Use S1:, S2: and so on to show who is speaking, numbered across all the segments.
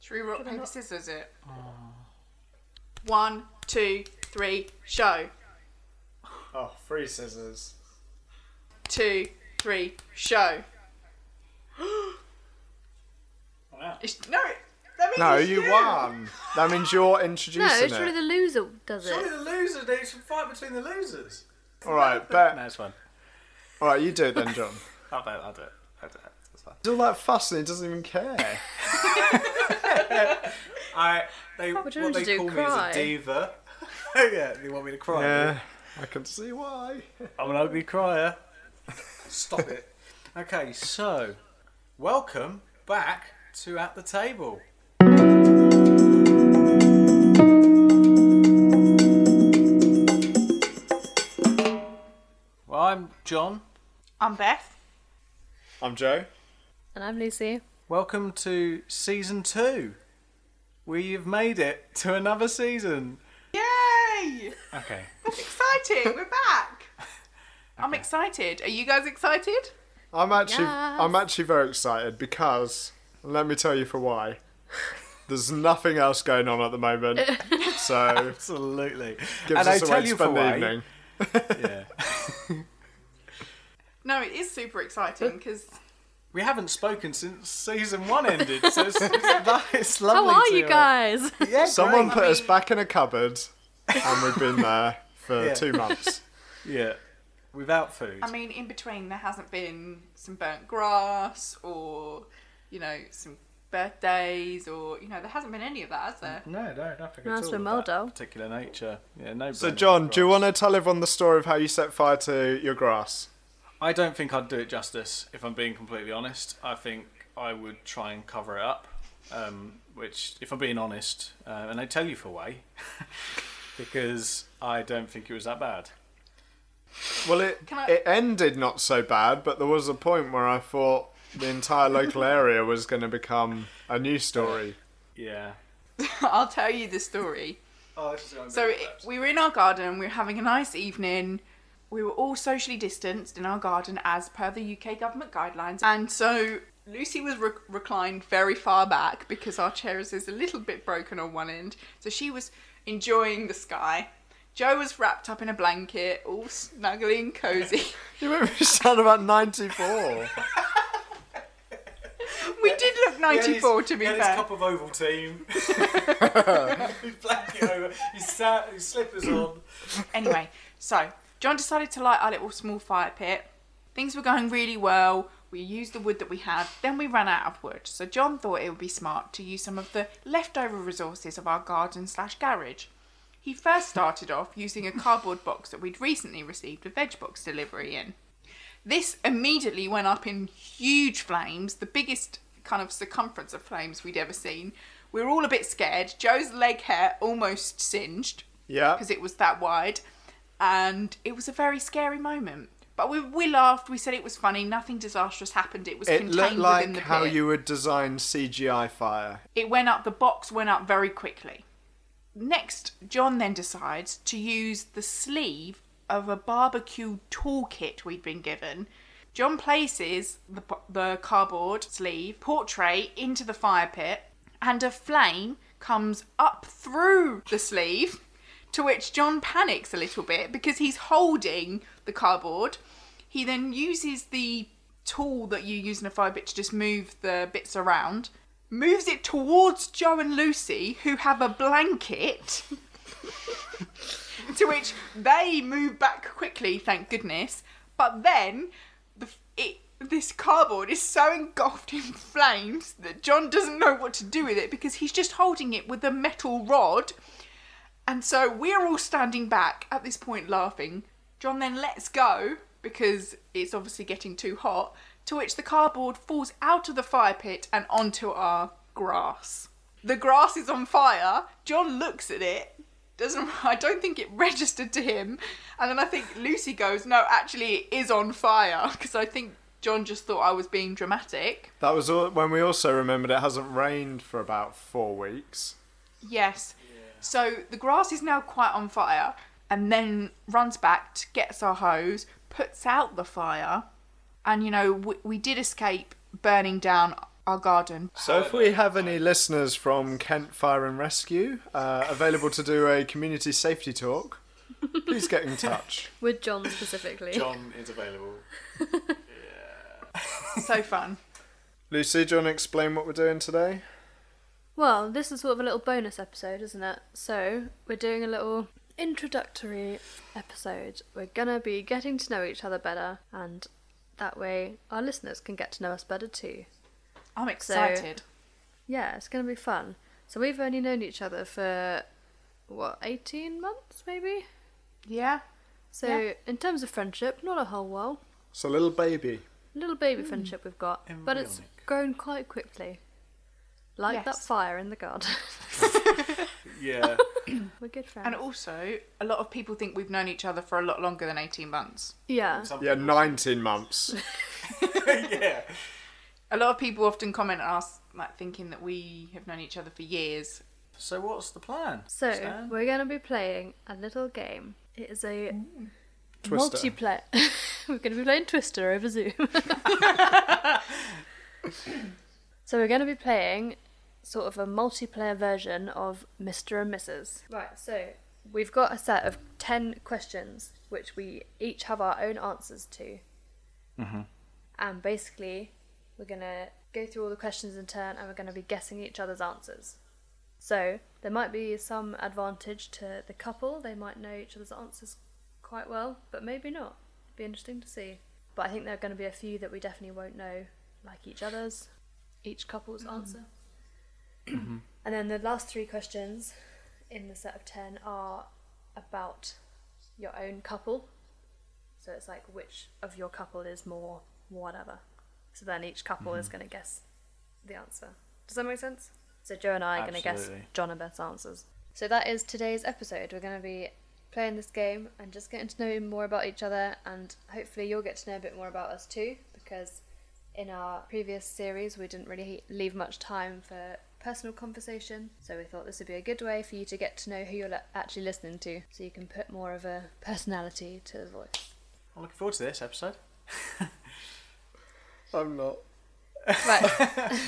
S1: Should we rock, paper, scissors it? One, two, three, show.
S2: Oh, three scissors.
S1: Two, three, show.
S2: Wow.
S1: It's, no, that means
S3: No,
S1: it's
S3: you won. That means you're introducing
S4: No, it's
S3: it.
S4: really the loser does
S2: Surely
S4: it.
S2: the loser, they should fight between the losers.
S3: All right, bet.
S5: No, it's fine.
S3: All right, you do it then, John.
S5: I'll do it. I'll do it. I'll do it. It's fine.
S3: He's all that fuss and he doesn't even care.
S5: I they what
S4: do you want
S5: they
S4: to do,
S5: call me
S4: cry?
S5: is a diva. yeah, they want me to cry.
S3: yeah, I can see why.
S5: I'm an ugly crier.
S2: Stop it.
S5: Okay, so welcome back to At the Table. Well, I'm John.
S1: I'm Beth.
S3: I'm Joe.
S4: And I'm Lucy.
S5: Welcome to season two. We've made it to another season.
S1: Yay!
S5: Okay.
S1: That's exciting. We're back. I'm excited. Are you guys excited?
S3: I'm actually, I'm
S4: Yes.
S3: actually very excited because let me tell you for why. There's nothing else going on at the moment, so
S5: Absolutely.
S3: gives
S5: and
S3: us
S5: I
S3: a way
S5: tell
S3: to
S5: you for
S3: spend
S5: why.
S3: the evening.
S5: Yeah.
S1: No, it is super exciting because
S5: We haven't spoken since season one ended, so it's, it's, lo- it's lovely.
S4: How are
S5: to,
S4: you
S5: uh,
S4: guys?
S5: Yeah,
S3: Someone
S5: great.
S3: put us back in a cupboard, and we've been there for
S5: Yeah.
S3: two months.
S5: Yeah, without food.
S1: I mean, in between there hasn't been some burnt grass or you know some birthdays or you know there hasn't been any of that, has there?
S5: no, no, nothing
S4: No,
S5: at
S4: it's
S5: all.
S4: been
S5: of
S4: well
S5: that
S4: done.
S5: Particular nature. Yeah, no.
S3: So, John, do you want to tell everyone the story of how you set fire to your grass?
S5: I don't think I'd do it justice if I'm being completely honest. I think I would try and cover it up, um, which, if I'm being honest, uh, and I tell you for why, because I don't think it was that bad.
S3: Well, it
S1: Can I-
S3: it ended not so bad, but there was a point where I thought the entire local area was going to become a news story.
S5: Yeah.
S1: I'll tell you the story.
S2: Oh, this is going to
S1: So it, we were in our garden. We were having a nice evening. We were all socially distanced in our garden as per the UK government guidelines, and so. Lucy was rec reclined very far back because our chair is a little bit broken on one end. So she was enjoying the sky. Joe was wrapped up in a blanket, all snuggly and cozy.
S3: You made me sound about ninety four.
S1: We did look 94 to be
S5: yeah,
S1: fair.
S5: cup of Ovaltine. His blanket over. His, sa- his slippers on.
S1: Anyway, so John decided to light our little small fire pit. Things were going really well. We used the wood that we had, then we ran out of wood. So John thought it would be smart to use some of the leftover resources of our garden slash garage. He first started off using a cardboard box that we'd recently received a veg box delivery in. This immediately went up in huge flames, the biggest kind of circumference of flames we'd ever seen. We were all a bit scared. Joe's leg hair almost singed
S3: Yeah,
S1: because it was that wide, and it was a very scary moment. But we we laughed. We said it was funny. Nothing disastrous happened. It was
S3: it
S1: contained
S3: looked
S1: within
S3: like
S1: the
S3: how
S1: pit.
S3: you would design CGI fire.
S1: It went up. The box went up very quickly. Next, John then decides to use the sleeve of a barbecue toolkit we'd been given. John places the, bo- the cardboard sleeve portrait into the fire pit, and a flame comes up through the sleeve. To which John panics a little bit because he's holding the cardboard. He then uses the tool that you use in a fire pit to just move the bits around, moves it towards Joe and Lucy, who have a blanket. to which they move back quickly, thank goodness. But then the, f- it, this cardboard is so engulfed in flames that John doesn't know what to do with it because he's just holding it with a metal rod. And so we're all standing back at this point laughing. John then lets go because it's obviously getting too hot, to which the cardboard falls out of the fire pit and onto our grass. The grass is on fire. John looks at it. Doesn't I don't think it registered to him. And then I think Lucy goes, "No, actually it is on fire" because I think John just thought I was being dramatic.
S3: That was all, when we also remembered it hasn't rained for about four weeks.
S1: Yes. So the grass is now quite on fire, and then runs back, t- gets our hose, puts out the fire, and you know we, we did escape burning down our garden.
S3: So, if we have any listeners from Kent Fire and Rescue uh, available to do a community safety talk, please get in touch.
S4: With John specifically.
S5: John is available.
S1: So fun.
S3: Lucy, do you want to explain what we're doing today?
S4: Well, this is sort of a little bonus episode, isn't it? So, we're doing a little introductory episode. We're gonna be getting to know each other better, and that way our listeners can get to know us better too.
S1: I'm excited.
S4: Yeah, it's gonna be fun. So, we've only known each other for what, 18 months maybe?
S1: yeah.
S4: So,
S1: Yeah.
S4: in terms of friendship, not a whole while.
S3: It's a little baby.
S4: Little baby friendship we've got, but it's
S5: Embryonic.
S4: grown quite quickly. Like that
S1: Yes.
S4: fire in the garden.
S5: Yeah.
S4: We're good friends.
S1: And also, a lot of people think we've known each other for a lot longer than 18 months.
S4: yeah.
S5: Some
S3: Yeah,
S5: people-
S3: 19 months.
S5: yeah.
S1: A lot of people often comment on us, like thinking that we have known each other for years.
S5: So what's the plan?
S4: So
S5: Stan?
S4: we're going to be playing a little game. It is a
S3: Twister.
S4: multiplayer. we're going to be playing Twister over Zoom. so we're going to be playing sort of a multiplayer version of Mr. and Mrs. Right. So we've got a set of ten questions, which we each have our own answers to. Mm-hmm. And basically, we're going to go through all the questions in turn, and we're going to be guessing each other's answers. So there might be some advantage to the couple. They might know each other's answers quite well, but maybe not. Be interesting to see. But I think there are going to be a few that we definitely won't know, like each other's, each couple's answer. and then the last three questions in the set of ten are about your own couple. So it's like which of your couple is more whatever. So then each couple is going to guess the answer. Does that make sense? So Joe and I are going to guess
S5: Absolutely.
S4: John and Beth's answers. So that is today's episode. We're going to be playing this game and just getting to know more about each other, and hopefully you'll get to know a bit more about us too. Because in our previous series, we didn't really leave much time for personal conversation, so we thought this would be a good way for you to get to know who you're li- actually listening to, so you can put more of a personality to the voice.
S5: I'm looking forward to this episode.
S3: I'm not.
S4: Right.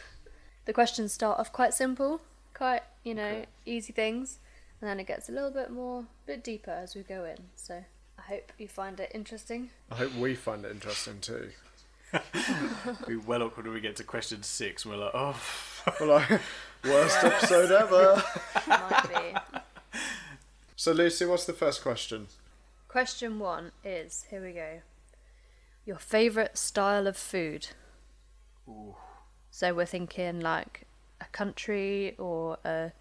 S4: the questions start off quite simple, quite, you know, easy things, and then it gets a little bit more, bit deeper as we go in. So I hope you find it interesting.
S3: I hope we find it interesting too.
S5: It'll be well awkward when we get to question six and we're like, oh,
S3: Well, I, worst episode ever.
S4: Might be.
S3: So, Lucy, what's the first question?
S4: Question one is here we go. Your favourite style of food?
S5: Ooh.
S4: So we're thinking like a country or a,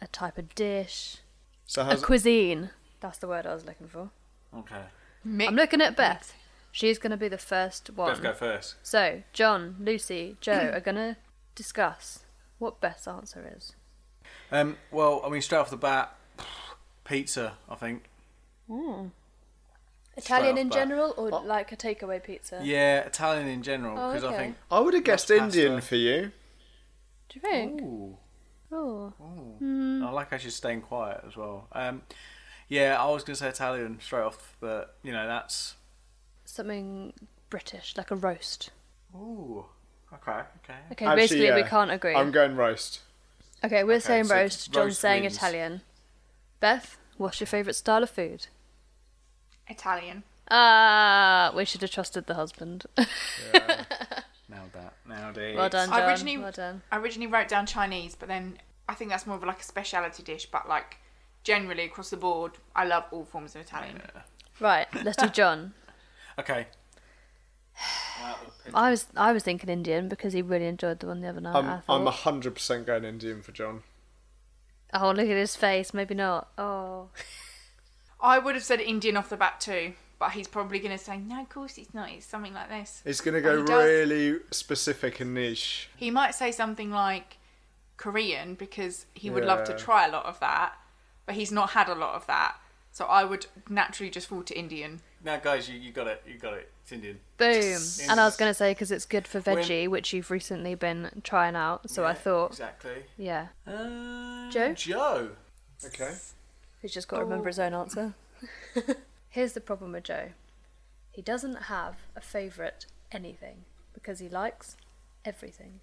S4: a type of dish,
S3: So,
S4: a
S3: how's
S4: cuisine. That's the word I was looking for.
S5: okay.
S1: Mick,
S4: I'm looking at Beth. She's going to be the first one.
S5: Let's go first.
S4: So, John, Lucy, Joe are going to discuss what Beth's answer is.
S5: Um, well, I mean, straight off the bat, pizza, I think.
S4: Italian
S5: off
S4: in
S5: bat.
S4: general or like a takeaway pizza?
S5: Yeah, Italian in general,
S4: Oh,
S5: because
S4: okay.
S5: I think.
S3: I would have guessed
S5: Much faster.
S3: Indian for you.
S4: Do you think?
S5: Ooh,
S4: Oh.
S5: ooh. I like how she's staying quiet as well. Um, yeah, I was going to say Italian straight off, but, you know, that's.
S4: Something British, like a roast.
S5: Ooh. Okay, okay.
S4: Okay,
S3: Actually,
S4: basically we
S3: yeah.
S4: can't agree.
S3: I'm going roast.
S4: Okay, we're
S5: Okay,
S4: saying
S5: so
S4: roast, John's
S5: roast
S4: saying
S5: wins.
S4: Italian. Beth, what's your favourite style of food?
S1: Italian.
S4: Ah, we should have trusted the husband.
S5: Nailed that. Nailed it.
S4: well done, John.
S1: I originally-
S4: Well done.
S1: I originally wrote down Chinese, but then I think that's more of like a speciality dish. But like generally across the board, I love all forms of Italian.
S4: Right, let's do John.
S5: Okay.
S4: I was I was thinking Indian because he really enjoyed the one the other night. Uh, I
S3: I'm,
S4: thought.
S3: I'm 100% going Indian for John.
S4: Oh, look at his face. Maybe not. Oh.
S1: I would have said Indian off the bat too, but he's probably going to say no. Of course, it's not. It's something like this.
S3: It's going to go
S4: Oh,
S1: He does.
S3: really specific and niche.
S1: He might say something like Korean because he would love to
S3: Yeah.
S1: try a lot of that, but he's not had a lot of that. So I would naturally just fall to Indian.
S5: Now, guys, you, you got it. You got it. It's Indian.
S4: Boom. And I was going to say because it's good for veggie, which you've recently been trying out. So I
S5: Yeah,
S4: thought,
S5: Exactly.
S4: yeah.
S5: Um,
S4: Joe?
S5: Joe.
S3: Okay.
S4: He's just got to remember his own answer. Here's the problem with Joe he doesn't have a favourite anything because he likes everything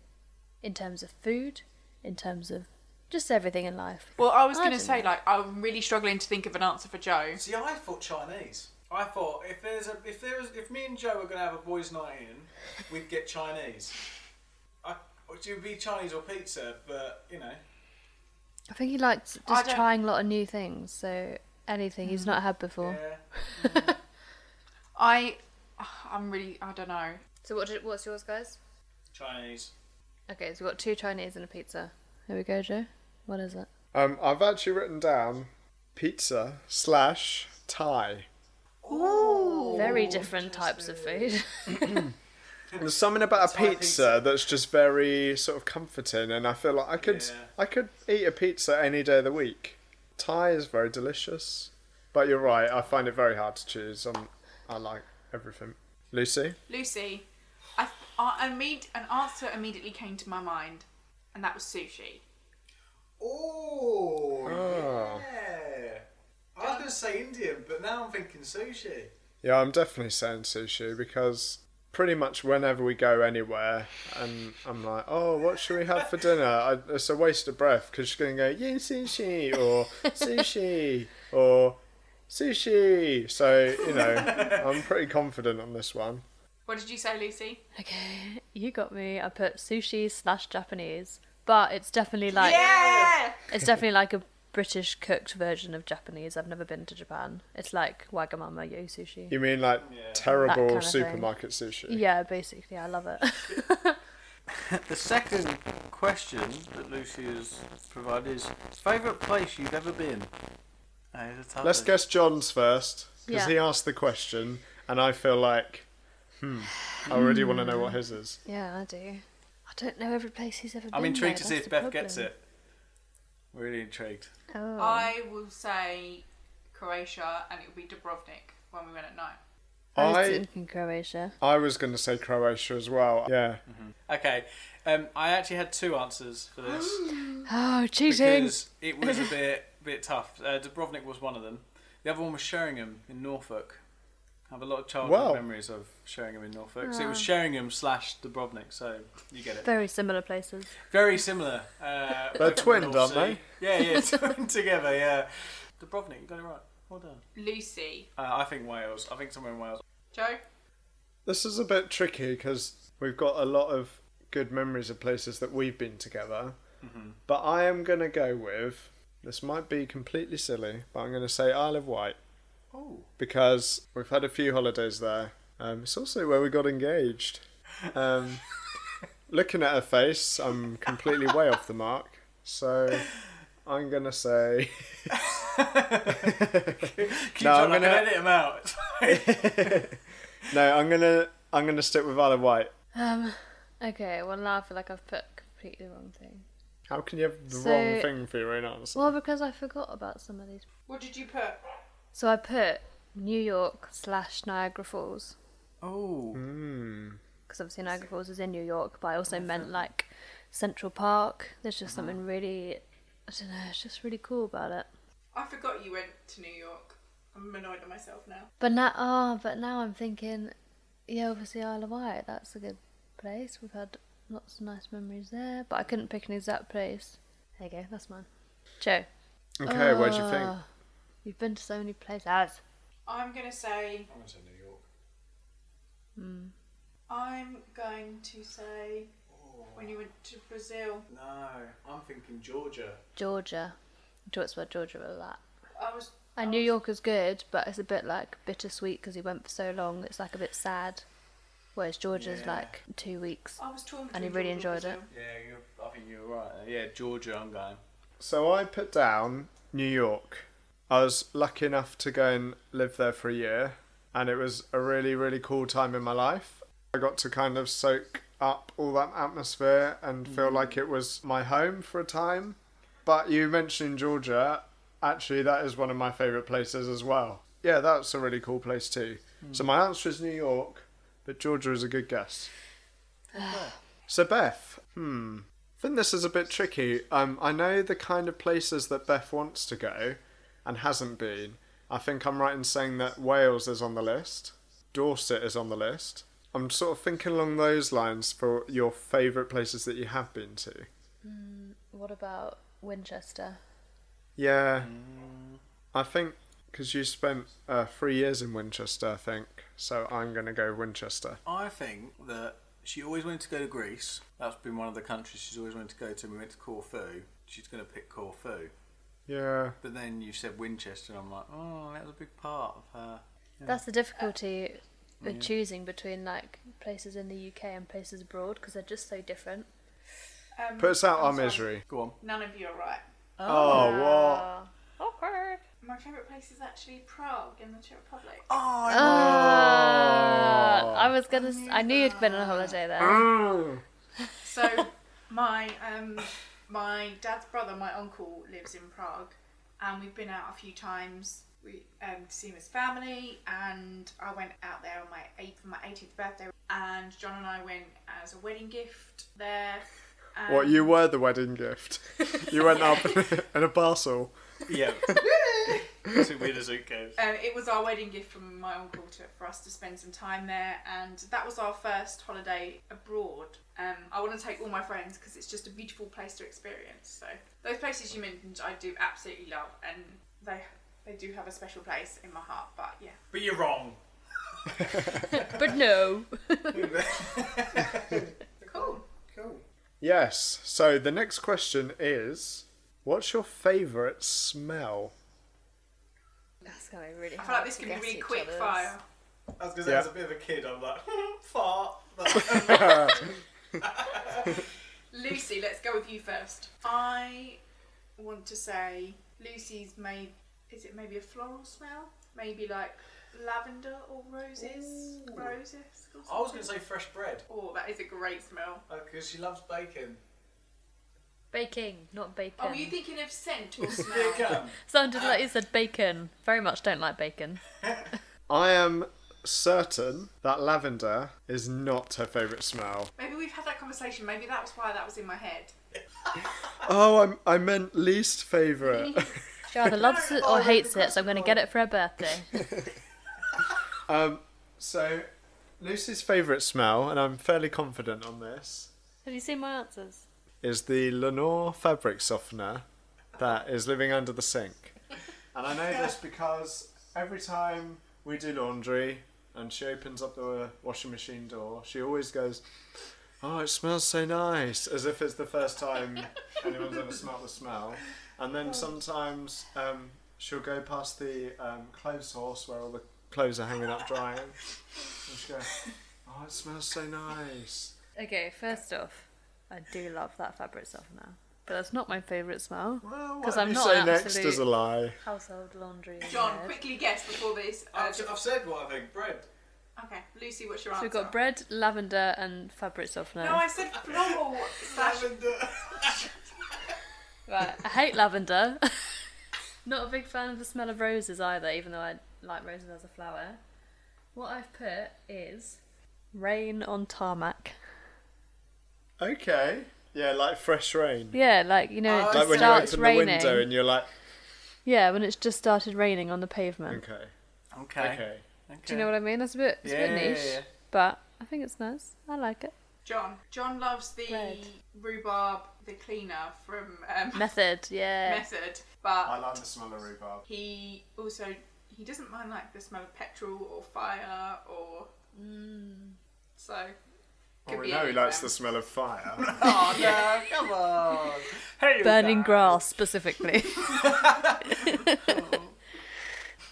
S4: in terms of food, in terms of just everything in life.
S1: Well, I was
S4: I
S1: going to
S4: don't
S1: say,
S4: know.
S1: like, I'm really struggling to think of an answer for Joe.
S2: See, I thought Chinese. I thought if there's a if there was if me and Joe were gonna have a boys' night in, we'd get Chinese. I, which would be Chinese or pizza, but you know.
S4: I think he likes
S1: I
S4: just
S1: don't-
S4: trying a lot of new things, so anything he's not had before.
S2: Yeah.
S1: I, I'm really, I don't know.
S4: So what did, what's yours, guys?
S2: Chinese.
S4: Okay, so we've got two Chinese and a pizza. Here we go, Joe. What is it?
S3: Um, I've actually written down pizza slash Thai.
S4: Very different types of food.
S3: There's something about a
S2: Thai
S3: pizza,
S2: pizza.
S3: that's just very sort of comforting, and I feel like I could
S2: Yeah.
S3: I could eat a pizza any day of the week. Thai is very delicious, but you're right. I find it very hard to choose. i I like everything. Lucy,
S1: Lucy, I, I, imme- an answer immediately came to my mind, and that was sushi.
S2: Oh,
S3: Oh.
S2: yeah. I was gonna say Indian, but now I'm thinking sushi.
S3: yeah, I'm definitely saying sushi because pretty much whenever we go anywhere, and I'm like, oh, what should we have for dinner? I, it's a waste of breath because she's gonna go, yeah, sushi or sushi or sushi. So you know, I'm pretty confident on this one.
S1: What did you say, Lucy?
S4: okay, you got me. I put sushi slash Japanese, but it's definitely like
S1: yeah!
S4: it's definitely like a British cooked version of Japanese. I've never been to Japan. It's like Wagamama yo sushi.
S3: You mean like
S2: Yeah.
S3: terrible
S4: That kind of
S3: supermarket sushi?
S4: Yeah, basically, I love it.
S5: The second question that Lucy has provided is favourite place you've ever been. Uh, it's a tough
S3: Let's
S5: one.
S3: guess John's first because
S4: Yeah.
S3: he asked the question, and I feel like, hmm, I already want to know what his is.
S4: yeah, I do. I don't know every place he's ever been.
S5: I'm intrigued
S4: though,
S5: to see
S4: that's
S5: if
S4: the
S5: Beth gets
S4: problem.
S5: it. Really intrigued.
S4: Oh.
S1: I will say Croatia, and it would be Dubrovnik when we went at night.
S4: I was
S3: I
S4: thinking Croatia.
S3: I was going to say Croatia as well. Yeah,
S5: Okay, um, I actually had two answers for this
S4: Oh, cheating!
S5: because it was a bit bit tough. Uh, Dubrovnik was one of them. The other one was Sheringham in Norfolk. I have a lot of childhood
S3: Wow. Ah.
S5: memories of Sheringham in Norfolk. So it was Sheringham slash Dubrovnik. So you get it.
S4: Very similar places.
S5: Very similar. Uh, both
S3: They're
S5: on the
S3: twinned,
S5: North
S3: aren't they?
S5: Sea. Yeah, yeah, twinned together. Yeah, Dubrovnik, you got it right. Well done.
S1: Lucy,
S5: Uh, I think Wales. I think somewhere in Wales.
S1: Joe,
S3: this is a bit tricky because we've got a lot of good memories of places that we've been together, but I am going to go with. This might be completely silly, but I'm going to say Isle of Wight
S5: Oh,
S3: because we've had a few holidays there. Um, it's also where we got engaged. Um, looking at her face, I'm completely way off the mark. So I'm gonna say
S5: keep
S3: No,
S5: no,
S3: I'm
S5: I can
S3: gonna-
S5: edit him out.
S3: no. I'm gonna I'm gonna stick with Isle of Wight.
S4: Um, okay, well now I feel like I've put completely the wrong thing.
S3: How can you have the
S4: So-
S3: wrong thing for your own answer?
S4: Well, because I forgot about some of these.
S1: what did you put?
S4: So I put New York slash Niagara Falls
S5: oh,
S3: Mm.
S4: because obviously Niagara Falls is in New York, but I also meant like Central Park. There's just
S3: Uh-huh.
S4: something really, I don't know, it's just really cool about it.
S1: I forgot you went to New York. I'm annoyed at myself now.
S4: But now, ah, but now I'm thinking, yeah, obviously Isle of Wight. That's a good place. We've had lots of nice memories there, but I couldn't pick an exact place. There you go. That's mine. Joe.
S3: Okay, where'd you think?
S4: Ah, You've been to so many places.
S1: I'm going to say,
S2: I'm gonna say New York.
S4: Mm.
S1: I'm going to say
S3: Oh.
S1: when you went to Brazil.
S2: No, I'm thinking Georgia.
S4: Georgia. We talked about Georgia a lot.
S1: I was
S4: And New York is good, but it's a bit like bittersweet because he went for so long. It's like a bit sad. Whereas Georgia's
S5: Yeah.
S4: like two weeks.
S1: I was torn
S4: And he
S1: between
S4: really
S1: Georgia
S4: enjoyed it.
S1: Brazil.
S5: yeah. You, I think you were right. Yeah, Georgia. I'm going.
S3: So I put down New York. I was lucky enough to go and live there for a year, and it was a really, really cool time in my life. I got to kind of soak up all that atmosphere and feel like it was my home for a time. But you mentioned Georgia, actually, that is one of my favourite places as well. Yeah, that's a really cool place too. So my answer is New York, but Georgia is a good guess. so, Beth, hmm, I think this is a bit tricky. Um, I know the kind of places that Beth wants to go and hasn't been. I think I'm right in saying that Wales is on the list, Dorset is on the list, I'm sort of thinking along those lines for your favourite places that you have been to.
S4: What about Winchester?
S3: Yeah.
S5: Mm.
S3: I think because you spent uh, three years in Winchester, I think. So I'm going to go Winchester.
S5: I think that she always wanted to go to Greece. That's been one of the countries she's always wanted to go to. We went to Corfu. She's going to pick Corfu.
S3: Yeah.
S5: But then you said Winchester, and I'm like, oh, that was a big part of her.
S4: That's the difficulty with choosing between like places in the UK and places abroad because they're just so different.
S1: Um,
S3: Put us out
S1: I'm
S3: our
S1: sorry.
S3: misery.
S5: Go on.
S1: None of you are right.
S3: Oh, what?
S4: what? Awkward.
S1: My favourite place is actually Prague in the Czech Republic.
S5: Oh, I-
S4: Ah, I was gonna. s- I knew you'd been on a holiday there.
S1: So my um my dad's brother, my uncle, lives in Prague, and we've been out a few times. We um to see his family, and I went out there on my eighth for my 18th birthday, and John and I went as a wedding gift there. And
S3: What, you were the wedding gift? you went up in a parcel.
S5: yeah. Too weird as it goes.
S1: Um, it was our wedding gift from my uncle to, for us to spend some time there, and that was our first holiday abroad. Um, I want to take all my friends because it's just a beautiful place to experience. So those places you mentioned, I do absolutely love, and they they do have a special place in my heart. But yeah,
S2: But you're wrong.
S4: But no.
S1: cool.
S2: Cool.
S3: Yes. So the next question is What's your favourite smell?
S4: That's gonna be really
S1: I
S4: hard.
S1: feel like this
S4: to
S1: can be
S4: guess
S1: really
S4: each
S1: quick
S4: other's.
S1: fire.
S2: I was gonna say,
S3: Yeah.
S2: as a bit of a kid, I'm like, fart.
S1: Lucy, let's go with you first. I want to say Lucy's made. Is it maybe a floral smell? Maybe like lavender or roses,
S2: Ooh.
S1: roses.
S2: I
S1: Or
S2: was
S1: something?
S2: gonna say fresh bread
S1: Oh, that is a great smell.
S2: because she loves bacon.
S4: Baking, not bacon.
S1: Oh, were you thinking of scent or
S2: Here
S1: smell?
S2: it comes.
S4: Sounded like you said bacon. Very much don't like bacon.
S3: I am certain that lavender is not her favourite smell.
S1: Maybe we've had that conversation. Maybe that was why that was in my head.
S3: Oh, I'm, I meant least favourite.
S4: She either loves it or hates it, so I'm gonna get it for her birthday.
S3: so, Lucy's favourite smell, and I'm fairly confident on this,
S4: Have you seen my answers?
S3: is the Lenore fabric softener that is living under the sink. And I know this because every time we do laundry and she opens up the washing machine door, she always goes, Oh, it smells so nice, as if it's the first time anyone's ever smelt the smell. And
S4: Oh.
S3: then sometimes um, she'll go past the um, clothes horse where all the clothes are hanging up drying. And she'll go, Oh, it smells so nice.
S4: Okay, first off, I do love that fabric softener, but that's not my favourite smell.
S3: Well,
S4: 'Cause
S3: what
S4: I'm
S3: you
S4: not
S3: say
S4: an
S3: next
S4: absolute-
S3: is a lie.
S4: Household laundry.
S1: John,
S4: nerd.
S1: quickly guess before this. Uh,
S2: I've, I've said what I think. Bread.
S1: okay, Lucy, what's your
S4: So
S1: answer?
S4: we've got bread, lavender, and fabric softener.
S1: No, I said floral slash.
S4: Right, I hate lavender. Not a big fan of the smell of roses either, even though I like roses as a flower. What I've put is rain on tarmac.
S3: Okay. Yeah, like fresh rain.
S4: Yeah, like you know, it just
S3: Like when you
S4: starts
S3: open
S4: raining.
S3: the window and you're like,
S4: Yeah, when it's just started raining on the pavement.
S3: okay,
S5: Okay.
S3: okay.
S4: Do you know what I mean? It's a bit, it's a bit
S5: Yeah, yeah,
S4: niche,
S5: yeah, yeah.
S4: but I think it's nice. I like it.
S1: John. John loves the
S4: Bread.
S1: rhubarb, the cleaner from um,
S4: Method, yeah.
S1: Method, but
S3: I like the smell of rhubarb.
S1: he also he doesn't mind like the smell of petrol or fire or. So.
S3: Oh,
S1: could
S3: we
S1: be
S3: know he
S1: anything.
S3: likes the smell of fire.
S1: Oh no.
S5: Come on. Hey,
S4: Burning
S5: guys.
S4: grass specifically.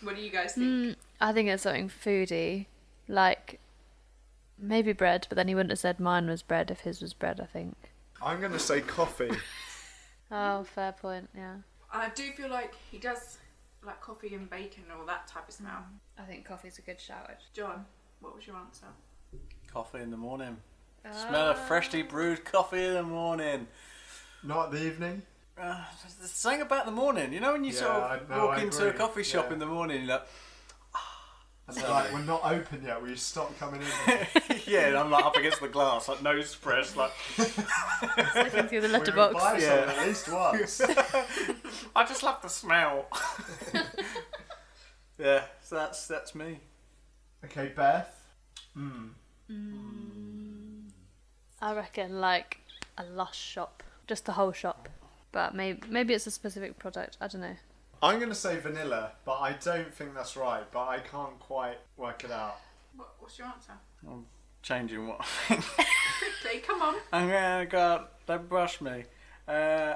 S1: What do you guys think?
S4: I think it's something foody, like maybe bread. But then he wouldn't have said mine was bread if his was bread. I think.
S3: I'm going to say coffee.
S4: Oh, fair point. Yeah.
S1: I do feel like he does like coffee and bacon and all that type of smell.
S4: I think coffee's a good shower.
S1: John, what was your answer?
S5: Coffee in the morning. Smell of
S4: Ah.
S5: freshly brewed coffee in the morning.
S3: Not the evening.
S5: Uh, there's something about the morning. You know when you sort
S3: Yeah,
S5: of
S3: I- no,
S5: walk
S3: I
S5: into a
S3: agree.
S5: coffee shop
S3: Yeah.
S5: in the morning, you're
S3: And they're like, we're not open yet. Will you stop coming in?
S5: like, yeah, and I'm like up against the glass, like nose pressed, like
S4: Looking through the
S3: We will
S4: letterbox.
S3: buy
S5: Yeah.
S3: some at least once.
S5: I just love the smell. yeah, so that's that's me.
S3: okay, Beth.
S4: I reckon like a lush shop, just the whole shop. But maybe maybe it's a specific product. I don't know.
S3: I'm going to say vanilla, but I don't think that's right, but I can't quite work it out.
S1: What, what's your answer?
S5: Changing what?
S1: Quickly, come on.
S5: I'm gonna go. out- Don't brush me. Uh,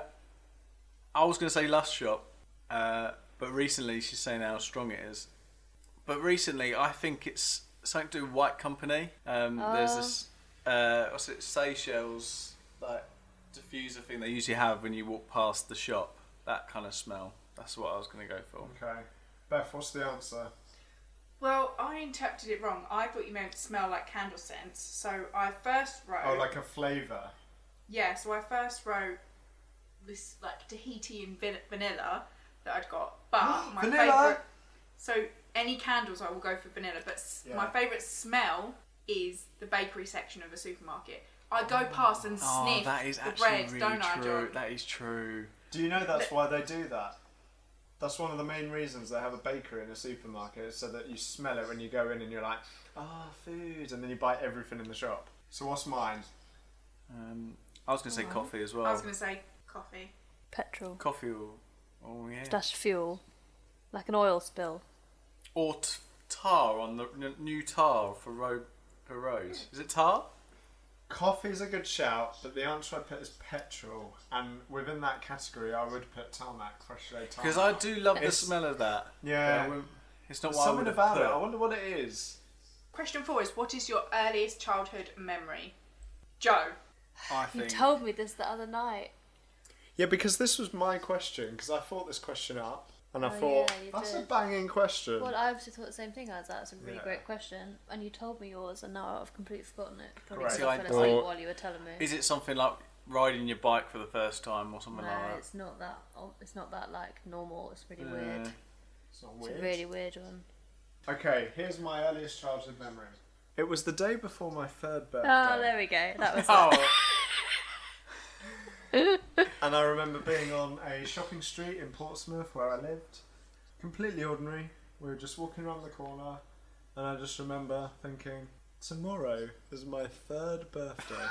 S5: I was gonna say Lust Shop, uh, but recently she's saying how strong it is. But recently, I think it's something to do with White Company. Um, There's this
S1: Oh.
S5: uh, what's it? Seychelles like diffuser thing they usually have when you walk past the shop. That kind of smell. That's what I was gonna go for.
S3: Okay. Beth, what's the answer?
S1: Well, I interpreted it wrong. I thought you meant smell like candle scents. So I first wrote.
S3: Oh, like a flavour.
S1: Yeah, so I first wrote this like Tahiti and van- vanilla that I'd got, but my
S3: Vanilla!
S1: favorite. So any candles, I will go for vanilla. But s-
S3: Yeah.
S1: my favorite smell is the bakery section of a supermarket. I go past and sniff
S5: Oh, that is
S1: the
S5: actually
S1: bread,
S5: really
S1: don't I,
S5: true.
S1: John?
S5: That is true.
S3: Do you know that's why they do that? That's one of the main reasons they have a bakery in a supermarket, is so that you smell it when you go in and you're like, ah, food, and then you buy everything in the shop. So what's mine?
S5: Um, I was gonna say coffee as well.
S1: Oh. I was gonna say coffee.
S4: Petrol
S5: Coffee. Or, oh yeah.
S4: dash fuel, like an oil spill.
S5: or t- tar on the n- new tar for road for roads. Is it tar?
S3: Coffee's a good shout, but the answer I put is petrol, and within that category, I would put tarmac, fresh laid tarmac.
S5: Because I do love
S3: It's-
S5: the smell of that.
S3: Yeah.
S5: But I wouldn't- it's not
S3: There's
S5: what I would
S3: something
S5: have
S3: about
S5: put.
S3: it. I wonder what it is.
S1: Question four is: What is your earliest childhood memory? Joe.
S5: I
S4: You
S5: think.
S4: told me this the other night.
S3: Yeah, because this was my question, because I thought this question up, and I
S4: Oh,
S3: thought,
S4: yeah, you
S3: that's a
S4: did.
S3: banging
S5: Um,
S3: question.
S4: Well, I obviously thought the same thing. I was like, that's a really
S3: Yeah.
S4: great question. And you told me yours, and now I've completely forgotten it. Probably
S5: Right.
S4: because
S5: See, I
S4: I fell asleep
S3: thought-
S4: while you were telling me.
S5: is it something like riding your bike for the first time or something
S4: no,
S5: like that? Mm,
S4: it's not that. oh, It's not that like normal. It's really
S5: Yeah.
S4: weird.
S3: It's not
S4: It's
S3: weird.
S4: a really weird one.
S3: Okay, here's my earliest childhood memory. It was the day before my third birthday.
S4: Oh, there we go. That was it.
S5: Oh,
S3: And I remember being on a shopping street in Portsmouth where I lived. Completely ordinary. We were just walking around the corner, and I just remember thinking, tomorrow is my third birthday.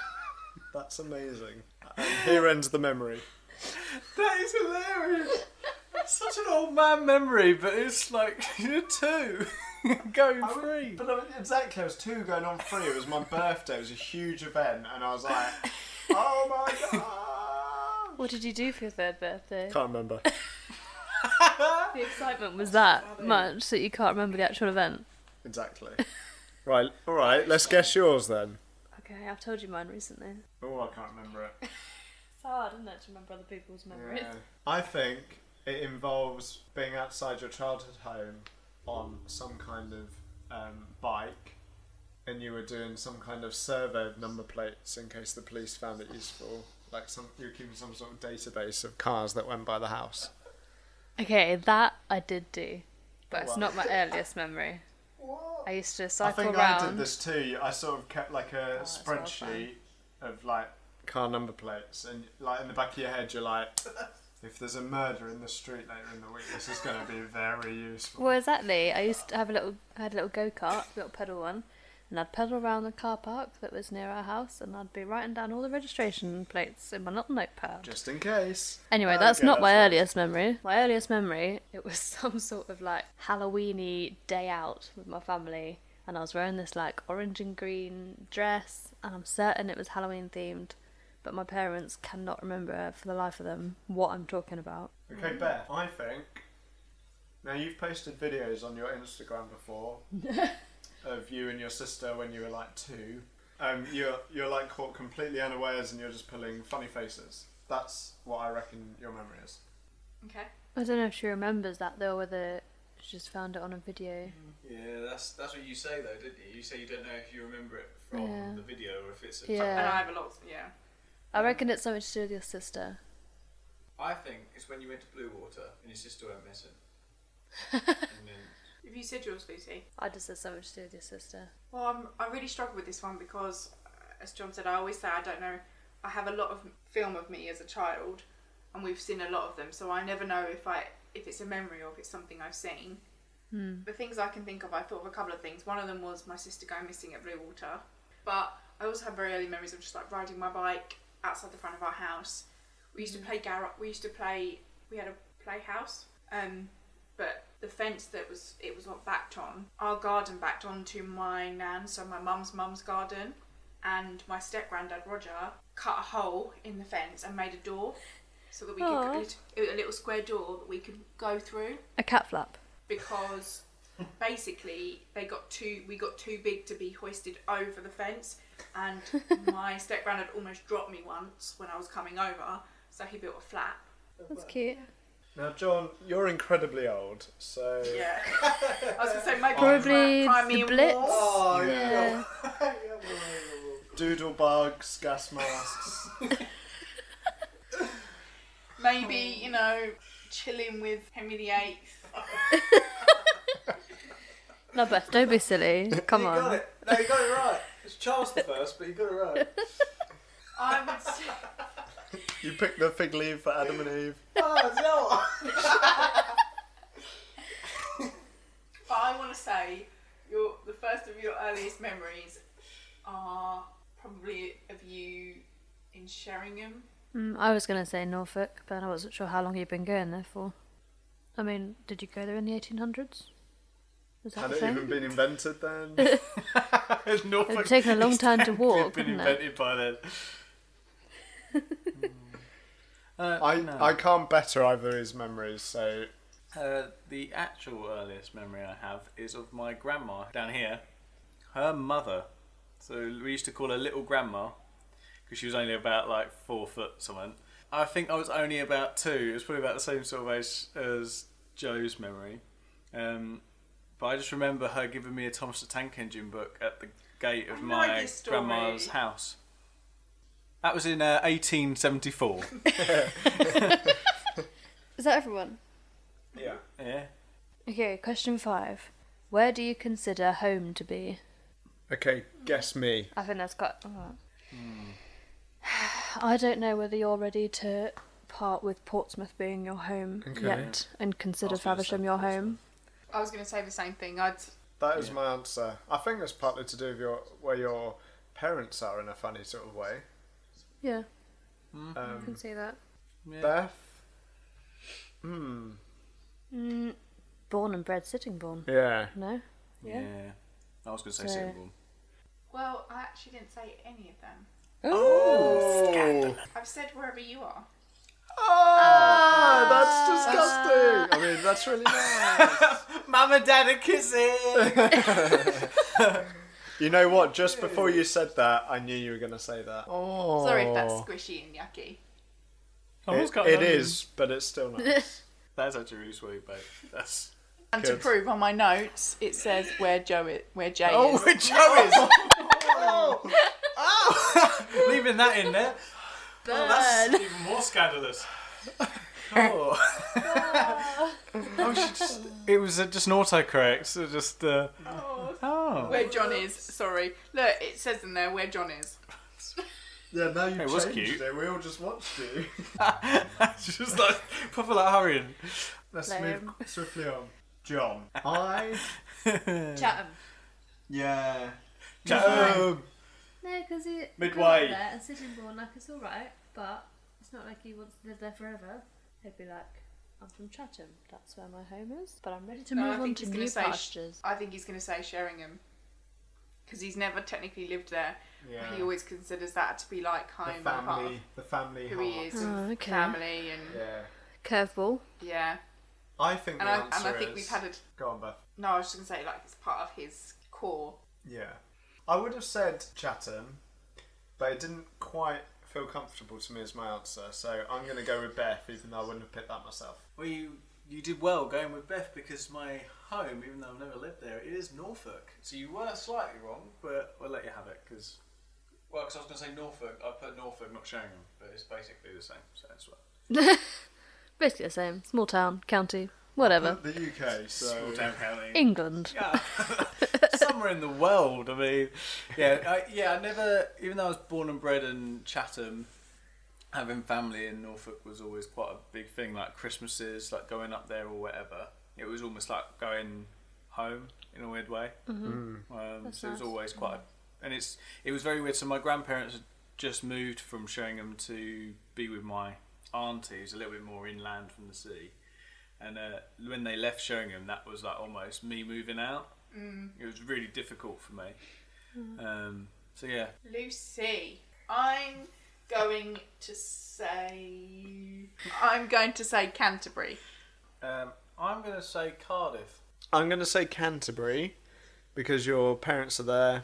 S3: That's amazing. And here ends the memory.
S5: that is hilarious. That's such an old man memory, but it's like you're two, going free.
S3: But I mean, exactly, I was two going on three. It was my birthday, it was a huge event, and I was like, oh my god!
S4: What did you do for your third birthday?
S3: Can't remember.
S4: The excitement was that much that you can't remember the actual event.
S3: Exactly. Right, alright, let's guess yours then.
S4: Okay, I've told you mine recently.
S3: Oh, I can't remember it.
S4: It's hard, isn't it, to remember other people's memories?
S3: I think it involves being outside your childhood home on some kind of um, bike, and you were doing some kind of survey of number plates in case the police found it useful. Like some, you're keeping some sort of database of cars that went by the house.
S4: Okay, that I did do, but it's
S3: Wow.
S4: not my earliest memory. I used to
S3: I
S4: cycle
S3: think
S4: around.
S3: I did this too. I sort of kept like a
S4: that's well
S3: spreadsheet of like car number plates, and like in the back of your head, you're like, if there's a murder in the street later in the week, this is going to be very useful.
S4: Well, exactly. I used to have a little, I had a little go kart, little pedal one, and I'd pedal around the car park that was near our house, and I'd be writing down all the registration plates in my little notepad.
S3: Just in case.
S4: Anyway, that's
S3: Okay,
S4: not my
S3: that's-
S4: earliest memory. My earliest memory, it was some sort of like Halloweeny day out with my family, and I was wearing this like orange and green dress, and I'm certain it was Halloween themed, but my parents cannot remember for the life of them what I'm talking about.
S3: Okay, Beth, I think. Now, you've posted videos on your Instagram before of you and your sister when you were like two. Um, you're, you're like caught completely unawares and you're just pulling funny faces. That's what I reckon your memory is.
S1: Okay.
S4: I don't know if she remembers that though, whether she just found it on a video.
S5: Yeah, that's that's what you say though, didn't you? You say you don't know if you remember it from
S4: Yeah.
S5: the video or if it's.
S4: Yeah.
S1: And I have a lot. Yeah.
S4: I reckon it's something to do with your sister.
S5: I think it's when you went to Blue Water and your sister went missing. and then
S1: Have you said yours, Lucy?
S4: I just said something to do with your sister.
S1: Well, I'm, I really struggle with this one because, uh, as John said, I always say I don't know. I have a lot of film of me as a child, and we've seen a lot of them, so I never know if I if it's a memory or if it's something I've seen. The things I can think of, I thought of a couple of things. One of them was my sister going missing at Blue Water. But I also have very early memories of just like riding my bike outside the front of our house. We used to play garage. We used to play. We had a playhouse, um, but the fence that was it was not backed on. Our garden backed onto my nan, so my mum's mum's garden, and my step granddad Roger cut a hole in the fence and made a door, so that we could
S4: Aw.
S1: go to, it was a little square door that we could go through
S4: A cat flap.
S1: because basically they got too we got too big to be hoisted over the fence and my step had almost dropped me once when I was coming over so he built a flap
S4: That's cute.
S3: Now, John, you're incredibly old, so
S1: yeah I was gonna say maybe
S4: Probably
S1: cry
S4: the Blitz.
S2: Oh,
S4: yeah.
S3: doodle bugs, gas masks.
S1: maybe you know chilling with Henry VIII
S4: No, Beth, don't be silly. Come
S2: you got
S4: on.
S2: it. No, you got it right. It's Charles the First, but you got it right.
S1: I would say
S3: you picked the fig leaf for Adam and Eve.
S5: Ah,
S2: Oh, no.
S1: but I want to say your the first of your earliest memories are probably of you in Sheringham
S4: Mm, I was going to say Norfolk, but I wasn't sure how long you'd been going there for. I mean, did you go there in the 1800s? Was that
S3: Had
S4: the
S3: it
S4: thing?
S3: even been invented then?
S5: Norfolk
S4: It would take a long time to
S5: technically
S4: walk,
S5: Been
S4: wouldn't it?
S5: invented by then. Uh,
S3: I
S5: no.
S3: I can't better either of his memories, so
S5: Uh, the actual earliest memory I have is of my grandma down here. Her mother. So we used to call her little grandma because she was only about like four foot something. I think I was only about two. It was probably about the same sort of age as Joe's memory. Um, but I just remember her giving me a Thomas the Tank Engine book at the gate of
S1: I know
S5: my
S1: this story.
S5: grandma's house. That was in uh, 1874.
S4: Is that everyone?
S2: yeah.
S5: yeah.
S4: Okay, question five. Where do you consider home to be?
S3: okay, guess me.
S4: I think that's quite. alright.
S3: Hmm.
S4: I don't know whether you're ready to part with Portsmouth being your home
S3: Okay.
S4: yet and consider
S5: was gonna say
S4: Faversham your home.
S1: I was gonna say the same thing I'd
S3: That is my answer. I think that's partly to do with your where your parents are in a funny sort of way.
S4: Yeah, I
S3: Um,
S4: can see that.
S3: Beth. Hmm.
S4: Mm, born and bred Sittingbourne.
S3: Yeah.
S4: No?
S5: Yeah.
S4: Yeah.
S5: I was going to say
S4: So-
S5: Sittingbourne.
S1: Well, I actually didn't say any of them.
S3: Oh,
S1: I've said wherever you are.
S3: Ah, that's disgusting. I mean, that's really nice.
S5: Mum and Dad are kissing.
S3: You know what? Just before you said that, I knew you were going to say that. Oh,
S1: Sorry if that's squishy and yucky.
S3: It, it is, but it's still nice.
S5: That's actually really sweet, babe. That's.
S1: And to
S3: Good.
S1: prove on my notes, it says where Joe i- where Jay
S5: Oh,
S1: is.
S5: where Joe is. Oh. Leaving that in there. Oh, that's even more scandalous. Oh. I was just- it was uh, just an autocorrect. So just. Uh,
S1: Oh,
S5: oh.
S1: where John is. Sorry. Look, it says in there where John is.
S3: yeah, now you've
S5: It was changed cute.
S3: it. We all just watched you.
S5: just like proper like hurrying.
S3: Let's
S4: Lame.
S3: move swiftly on. John. I.
S1: Chatham.
S3: Yeah.
S5: Joe.
S4: No, because it
S5: Midway.
S4: there and Sittingbourne, like it's all right, but it's not like he wants to live there forever. He'd be like, I'm from Chatham, that's where my home is, but I'm ready Oh, to
S1: No, I
S4: move on
S1: think
S4: to
S1: he's gonna
S4: new
S1: say sh-
S4: pastures.
S1: I think he's going to say Sheringham. Because he's never technically lived there. He
S3: Yeah.
S1: always considers that to be like
S3: The
S1: home and part
S3: family.
S1: of
S3: The family.
S1: who he
S3: heart.
S1: is.
S4: Oh,
S1: and
S4: okay.
S1: Family and
S3: Yeah.
S4: Curveball.
S1: yeah.
S3: I think
S1: And
S3: the
S1: I, and
S3: answer
S1: I think
S3: is.
S1: we've had a.
S3: Go on, Beth.
S1: No, I was just going to say, like, it's part of his core.
S3: Yeah. I would have said Chatham, but it didn't quite feel comfortable to me as my answer, so I'm going to go with Beth, even though I wouldn't have picked that myself.
S5: Well, you, you did well going with Beth because my home, even though I've never lived there, it is Norfolk. So you were slightly wrong, but I'll let you have it because. Well, 'cause I was going to say Norfolk, I put Norfolk, not Sheringham, but it's basically the same. So that's what.
S4: Basically the same. Small town, county, whatever.
S3: The UK, so.
S5: Small town county.
S4: England.
S5: Yeah. Somewhere in the world. I mean, yeah, I, yeah. I never, even though I was born and bred in Chatham, having family in Norfolk was always quite a big thing. Like Christmases, like going up there or whatever. It was almost like going home in a weird way. Um, so it was
S4: Mm-hmm. nice. Mm-hmm.
S5: always quite a and it's it was very weird. So my grandparents had just moved from Sheringham to be with my auntie, who's a little bit more inland from the sea. And uh, when they left Sheringham, that was like almost me moving out. Mm. It was really difficult for me.
S4: Mm.
S5: Um, so yeah,
S1: Lucy, I'm going to say. I'm going to say Canterbury.
S5: um, I'm gonna say Cardiff.
S3: I'm going to say Canterbury because your parents are there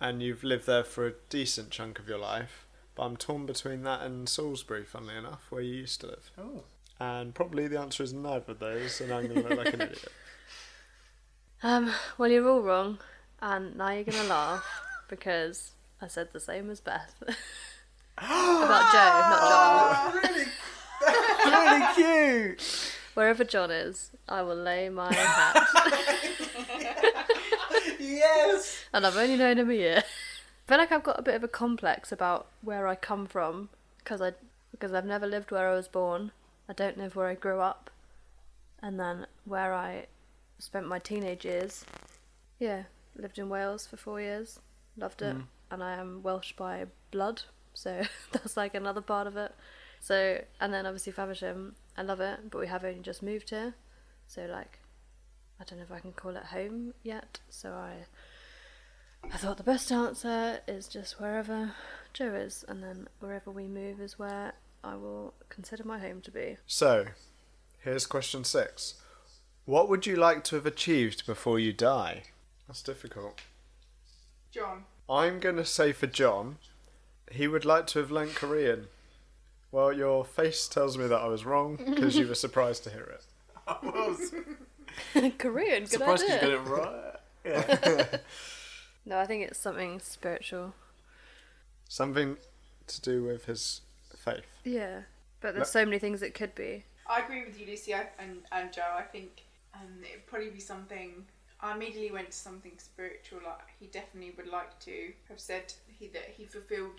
S3: and you've lived there for a decent chunk of your life. But I'm torn between that and Salisbury, funnily enough, where you used to live.
S5: Oh.
S3: And probably the answer is neither of those, and I'm going to look like an idiot.
S4: Um, well, you're all wrong, and now you're gonna laugh because I said the same as Beth about Joe, not John.
S3: Oh, Really cute!
S4: Wherever John is, I will lay my hat,
S2: Yes.
S4: and I've only known him a year. I feel like I've got a bit of a complex about where I come from because I because I've never lived where I was born. I don't live where I grew up, and then where I spent my teenage years. Yeah, lived in Wales for four years, loved it, and I am Welsh by blood, so that's like another part of it. So, and then obviously Faversham, I love it, but we have only just moved here, so like, I don't know if I can call it home yet. So I, I thought the best answer is just wherever Joe is, and then wherever we move is where I will consider my home to be.
S3: So, here's question six What would you like to have achieved before you die? That's difficult.
S1: John.
S3: I'm going to say for John, he would like to have learnt Korean. Well, your face tells me that I was wrong because you were surprised to hear it.
S2: I was.
S4: Korean, good
S5: Surprised you
S4: idea.
S5: got it right.
S4: No, I think it's something spiritual.
S3: Something to do with his faith.
S4: Yeah, but there's so many things it could be.
S1: I agree with you, Lucy I, and, and Joe. I think um, it'd probably be something. I immediately went to something spiritual. Like he definitely would like to have said he, that he fulfilled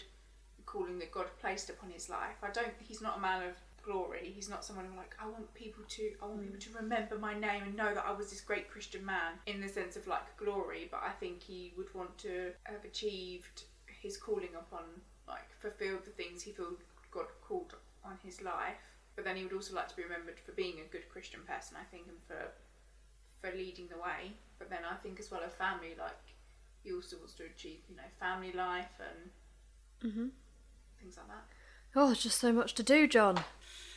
S1: the calling that God placed upon his life. I don't. He's not a man of glory. He's not someone who like I want people to. I want people to remember my name and know that I was this great Christian man in the sense of like glory. But I think he would want to have achieved his calling upon, like fulfilled the things he felt God called on his life. But then he would also like to be remembered for being a good Christian person, I think, and for for leading the way. But then I think as well a family, like he also wants to achieve, you know, family life and things like that.
S4: Oh, there's just so much to do, John.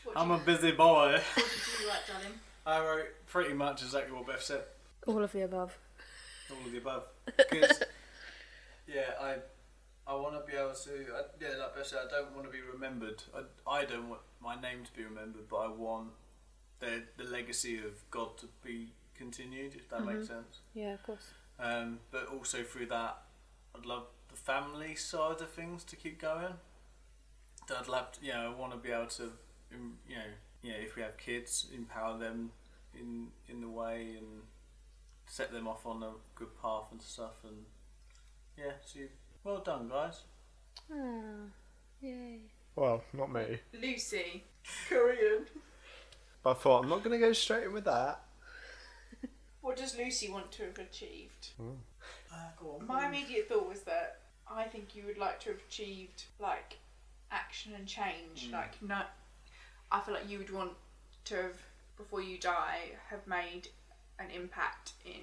S1: What do
S5: I'm
S1: you,
S5: a busy boy.
S1: what did you write, darling?
S5: I wrote pretty much exactly what Beth said.
S4: All of the above.
S5: all of the above. Because yeah, I I want to be able to I, yeah, like I said, I don't want to be remembered. I, I don't want my name to be remembered, but I want the the legacy of God to be continued. If that makes sense.
S4: Yeah, of course.
S5: Um, but also through that, I'd love the family side of things to keep going. That I'd love, to, you know, I want to be able to, um, you know, yeah, if we have kids, empower them in in the way and set them off on a good path and stuff. And yeah, so you- well done, guys.
S4: Ah, yay.
S3: Well, not me.
S1: Lucy, Korean.
S3: But I thought, I'm not going to go straight in with that.
S1: What does Lucy want to have achieved?
S5: Uh, go on.
S1: My immediate thought was that I think you would like to have achieved like action and change. Like no, I feel like you would want to have before you die have made an impact in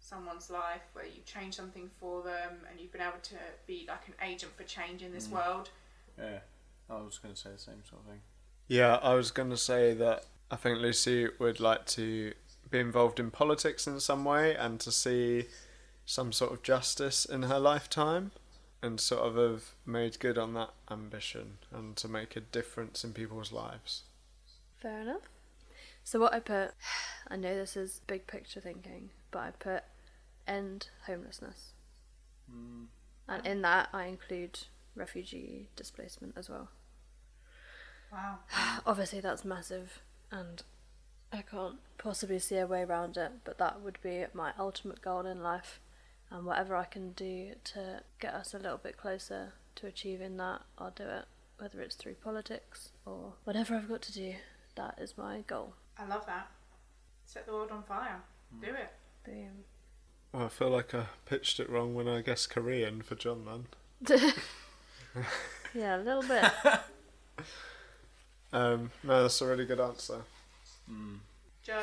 S1: someone's life where you change something for them and you've been able to be like an agent for change in this world.
S5: Yeah, I was going to say the same sort of thing.
S3: Yeah, I was going to say that I think Lucy would like to be involved in politics in some way and to see some sort of justice in her lifetime and sort of have made good on that ambition and to make a difference in people's lives.
S4: Fair enough. So what I put, I know this is big picture thinking, but I put end homelessness, and in that I include refugee displacement as well.
S1: Wow.
S4: Obviously that's massive, and I can't possibly see a way around it. But that would be my ultimate goal in life, and whatever I can do to get us a little bit closer to achieving that, I'll do it. Whether it's through politics or whatever I've got to do, that is my goal.
S1: I love that. Set the world on fire. Do it.
S4: Boom.
S3: Oh, I feel like I pitched it wrong when I guessed Korean for John then.
S4: yeah, a little bit.
S3: Um, no, that's a really good answer.
S1: Joe.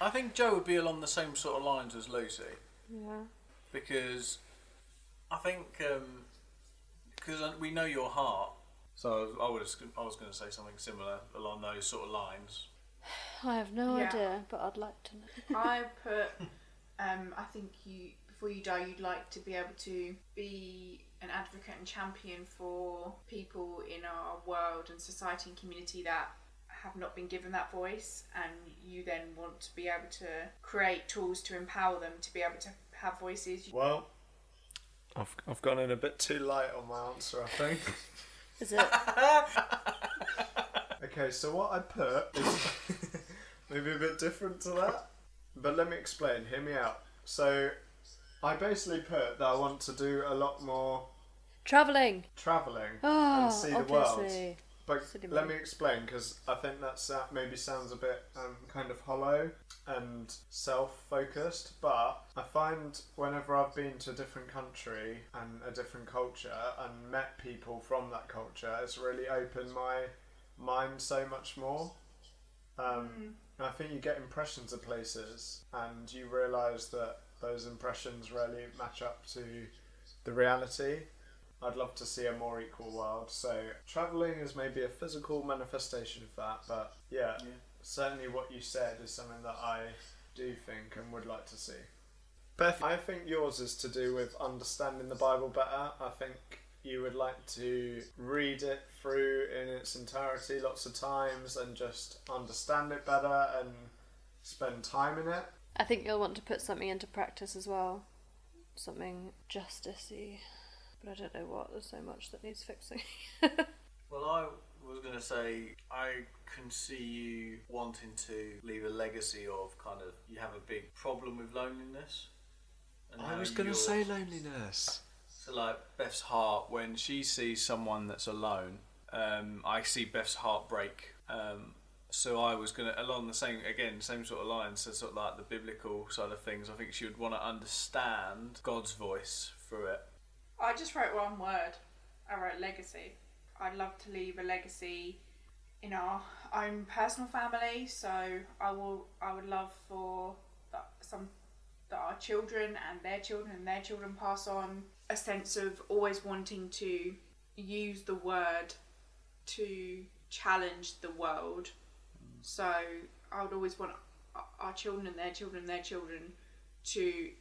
S5: I think Joe would be along the same sort of lines as Lucy
S4: yeah.
S5: because I think because we know your heart. So I was I was going to say something similar along those sort of lines.
S4: I have no
S1: Yeah.
S4: idea, but I'd like to know.
S1: I put. Um, I think you before you die, you'd like to be able to be an advocate and champion for people in our world and society and community that have not been given that voice, and you then want to be able to create tools to empower them to be able to have voices.
S3: Well, I've, I've gone in a bit too light on my answer, I think.
S4: Is it?
S3: okay, so what I put is maybe a bit different to that, but let me explain. Hear me out. So, I basically put that I want to do a lot more
S4: Travelling!
S3: traveling
S4: Oh,
S3: and see the world.
S4: obviously.
S3: But
S4: Silly
S3: let
S4: me.
S3: me explain because I think that sa- maybe sounds a bit um, kind of hollow and self focused. But I find whenever I've been to a different country and a different culture and met people from that culture, it's really opened my mind so much more. Um, and I think you get impressions of places and you realise that those impressions really match up to the reality. I'd love to see a more equal world. So traveling is maybe a physical manifestation of that, but yeah,
S5: Yeah.
S3: certainly what you said is something that I do think and would like to see. Beth, I think yours is to do with understanding the Bible better. I think you would like to read it through in its entirety lots of times and just understand it better and spend time in it.
S4: I think you'll want to put something into practice as well. Something justicey. But I don't know what. There's so much that needs fixing.
S5: Well, I was going to say I can see you wanting to leave a legacy of kind of you have a big problem with loneliness. and how you're-
S3: loneliness.
S5: so like
S6: Beth's heart when she sees someone that's alone. Um, I see Beth's heart break. Um, so I was gonna along the same again, same sort of lines. So sort of like the biblical side of things. I think she would want to understand God's voice through it.
S1: I just wrote one word. I wrote legacy. I'd love to leave a legacy in our own personal family. So I will. I would love for that some that our children and their children and their children pass on a sense of always wanting to use the word to challenge the world. So I would always want our- our children and their children and their children to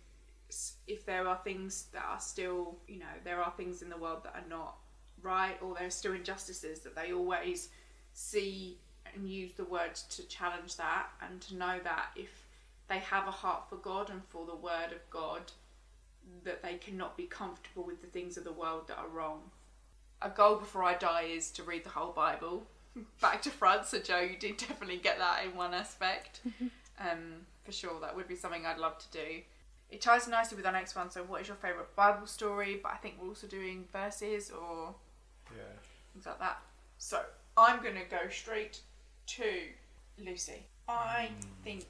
S1: s- if there are things that are still, you know, there are things in the world that are not right or there are still injustices, that they always see and use the word to challenge that and to know that if they have a heart for God and for the word of God, that they cannot be comfortable with the things of the world that are wrong. A goal before I die is to read the whole Bible. Back to front, so Joe, you did definitely get that in one aspect. um, for sure, that would be something I'd love to do. It ties nicely with our next one. So, what is your favourite Bible story? But I think we're also doing verses or
S3: Yeah.
S1: things like that. So, I'm going to go straight to Lucy. I think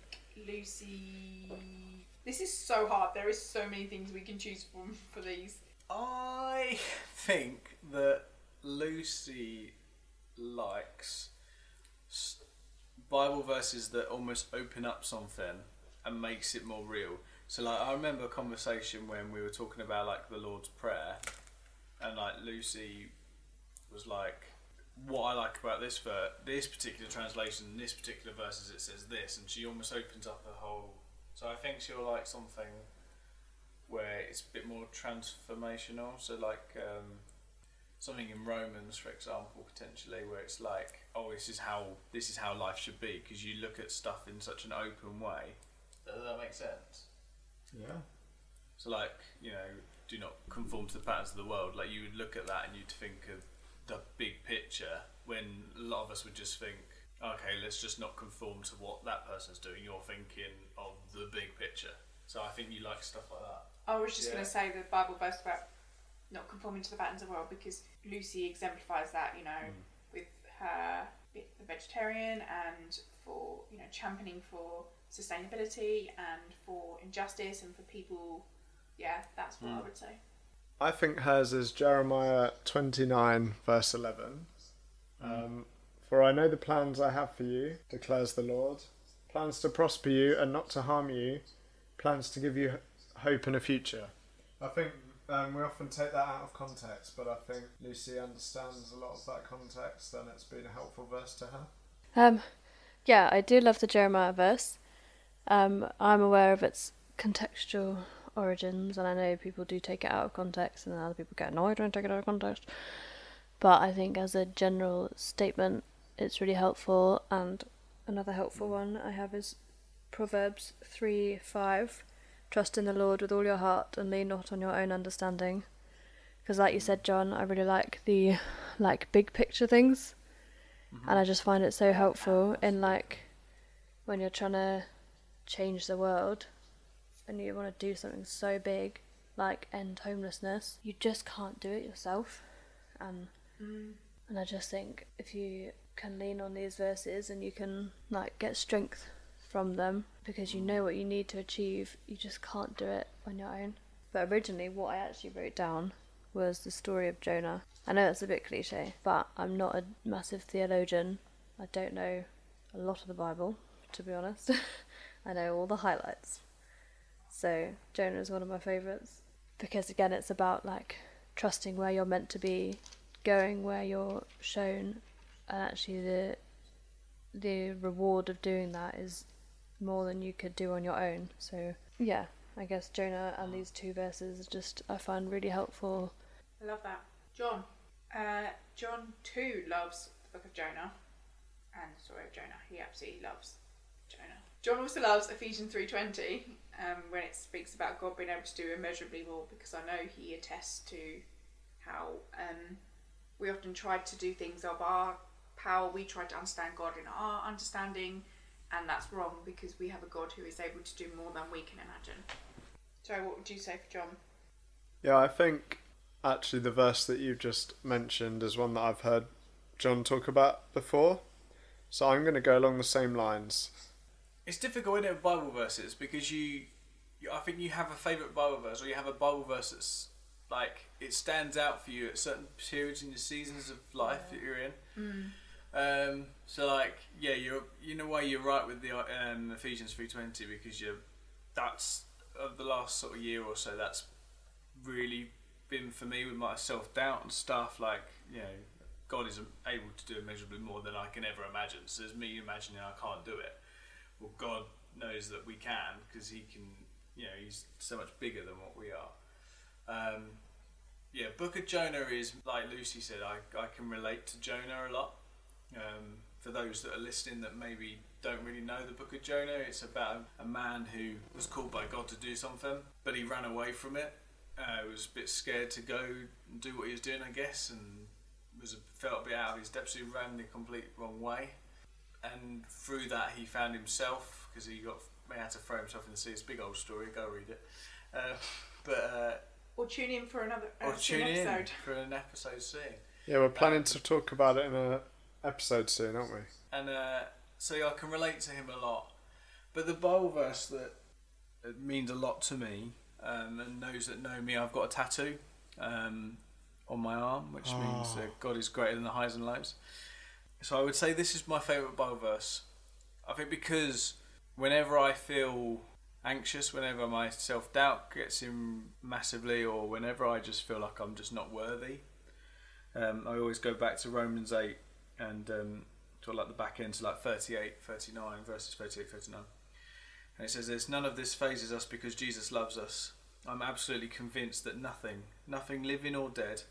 S1: Lucy. This is so hard. There is so many things we can choose from for these.
S5: I think that Lucy likes s- Bible verses that almost open up something and makes it more real. So, like, I remember a conversation when we were talking about like the Lord's Prayer, and like Lucy was like, "What I like about this ver- this particular translation, this particular verse is it says this," and she almost opens up the whole. So, I think she'll like something where it's a bit more transformational. So like um, something in Romans, for example, potentially where it's like, oh, this is how this is how life should be because you look at stuff in such an open way. Does that make sense?
S3: Yeah.
S5: So like you know, do not conform to the patterns of the world. Like you would look at that and you'd think of the big picture when a lot of us would just think. Okay, let's just not conform to what that person's doing. You're thinking of the big picture. So I think you like stuff like that.
S1: I was just
S5: Yeah.
S1: going to say the Bible verse about not conforming to the patterns of the world because Lucy exemplifies that, you know, with her be- the vegetarian and for you know championing for sustainability and for injustice and for people. Yeah, that's what I would say.
S3: I think hers is Jeremiah 29, verse 11. Um, For I know the plans I have for you, declares the Lord plans to prosper you and not to harm you, plans to give you h- hope and a future. I think um, we often take that out of context, but I think Lucy understands a lot of that context and it's been a helpful verse to her.
S4: Um, yeah, I do love the Jeremiah verse. Um, I'm aware of its contextual origins, and I know people do take it out of context, and other people get annoyed when I take it out of context. But I think, as a general statement, it's really helpful. And another helpful one I have is Proverbs 3 5. Trust in the Lord with all your heart and lean not on your own understanding. Because, like you said, John, I really like the like big picture things and I just find it so helpful in like when you're trying to change the world and you want to do something so big like end homelessness you just can't do it yourself and and I just think if you can lean on these verses and you can like get strength from them because you know what you need to achieve you just can't do it on your own but originally what I actually wrote down was the story of Jonah. I know it's a bit cliche, but I'm not a massive theologian. I don't know a lot of the Bible, to be honest. I know all the highlights. So Jonah is one of my favourites because again, it's about like trusting where you're meant to be, going where you're shown, and actually the the reward of doing that is more than you could do on your own. So yeah, I guess Jonah and these two verses are just I find really helpful.
S1: I love that. John. Uh, John too loves the Book of Jonah and the story of Jonah. He absolutely loves Jonah. John also loves Ephesians three twenty um, when it speaks about God being able to do immeasurably more because I know he attests to how um, we often try to do things of our power. We try to understand God in our understanding, and that's wrong because we have a God who is able to do more than we can imagine. So, what would you say for John?
S3: Yeah, I think actually the verse that you've just mentioned is one that I've heard John talk about before. So I'm going to go along the same lines.
S5: It's difficult in it with Bible verses because you, you, I think you have a favorite Bible verse or you have a Bible verse that's like it stands out for you at certain periods in your seasons of life that you're in. Um, so like yeah, you're in a way you're right with the um, Ephesians three twenty because you're that's of the last sort of year or so that's really been for me with my self doubt and stuff like you know God is able to do immeasurably more than I can ever imagine. So there's me imagining I can't do it. Well, God knows that we can because He can. You know, He's so much bigger than what we are. Um, yeah, Book of Jonah is like Lucy said. I I can relate to Jonah a lot. Um, for those that are listening that maybe don't really know the Book of Jonah, it's about a man who was called by God to do something, but he ran away from it. Uh, was a bit scared to go and do what he was doing, I guess, and was a, felt a bit out of his depth, so he ran the complete wrong way. And through that, he found himself because he got he had to throw himself in the sea. It's a big old story. Go read it. Uh, but uh,
S1: Or tune in for another
S5: or
S1: uh,
S5: tune in
S1: episode.
S5: for an episode soon.
S3: Yeah, we're planning to talk about it in a episode soon, aren't we?
S5: and uh, so I can relate to him a lot. But the Bible verse that that means a lot to me, um, and those that know me, I've got a tattoo um, on my arm, which means that God is greater than the highs and lows. So I would say this is my favourite Bible verse. I think because whenever I feel anxious, whenever my self doubt gets in massively, or whenever I just feel like I'm just not worthy, um, I always go back to Romans 8 and um, to like the back end to like 38, 39, verses 38, 39. And it says this None of this phases us because Jesus loves us. I'm absolutely convinced that nothing, nothing living or dead,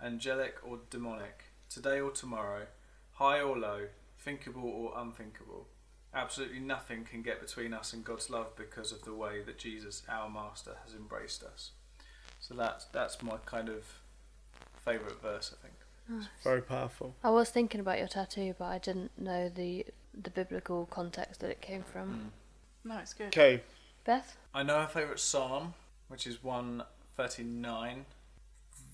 S5: angelic or demonic, today or tomorrow, high or low, thinkable or unthinkable, absolutely nothing can get between us and God's love because of the way that Jesus, our Master, has embraced us. So that's, that's my kind of favourite verse, I think.
S3: Very powerful.
S4: I was thinking about your tattoo, but I didn't know the the biblical context that it came from.
S1: No, it's good.
S3: Okay,
S4: Beth,
S5: I know her favourite psalm, which is 139.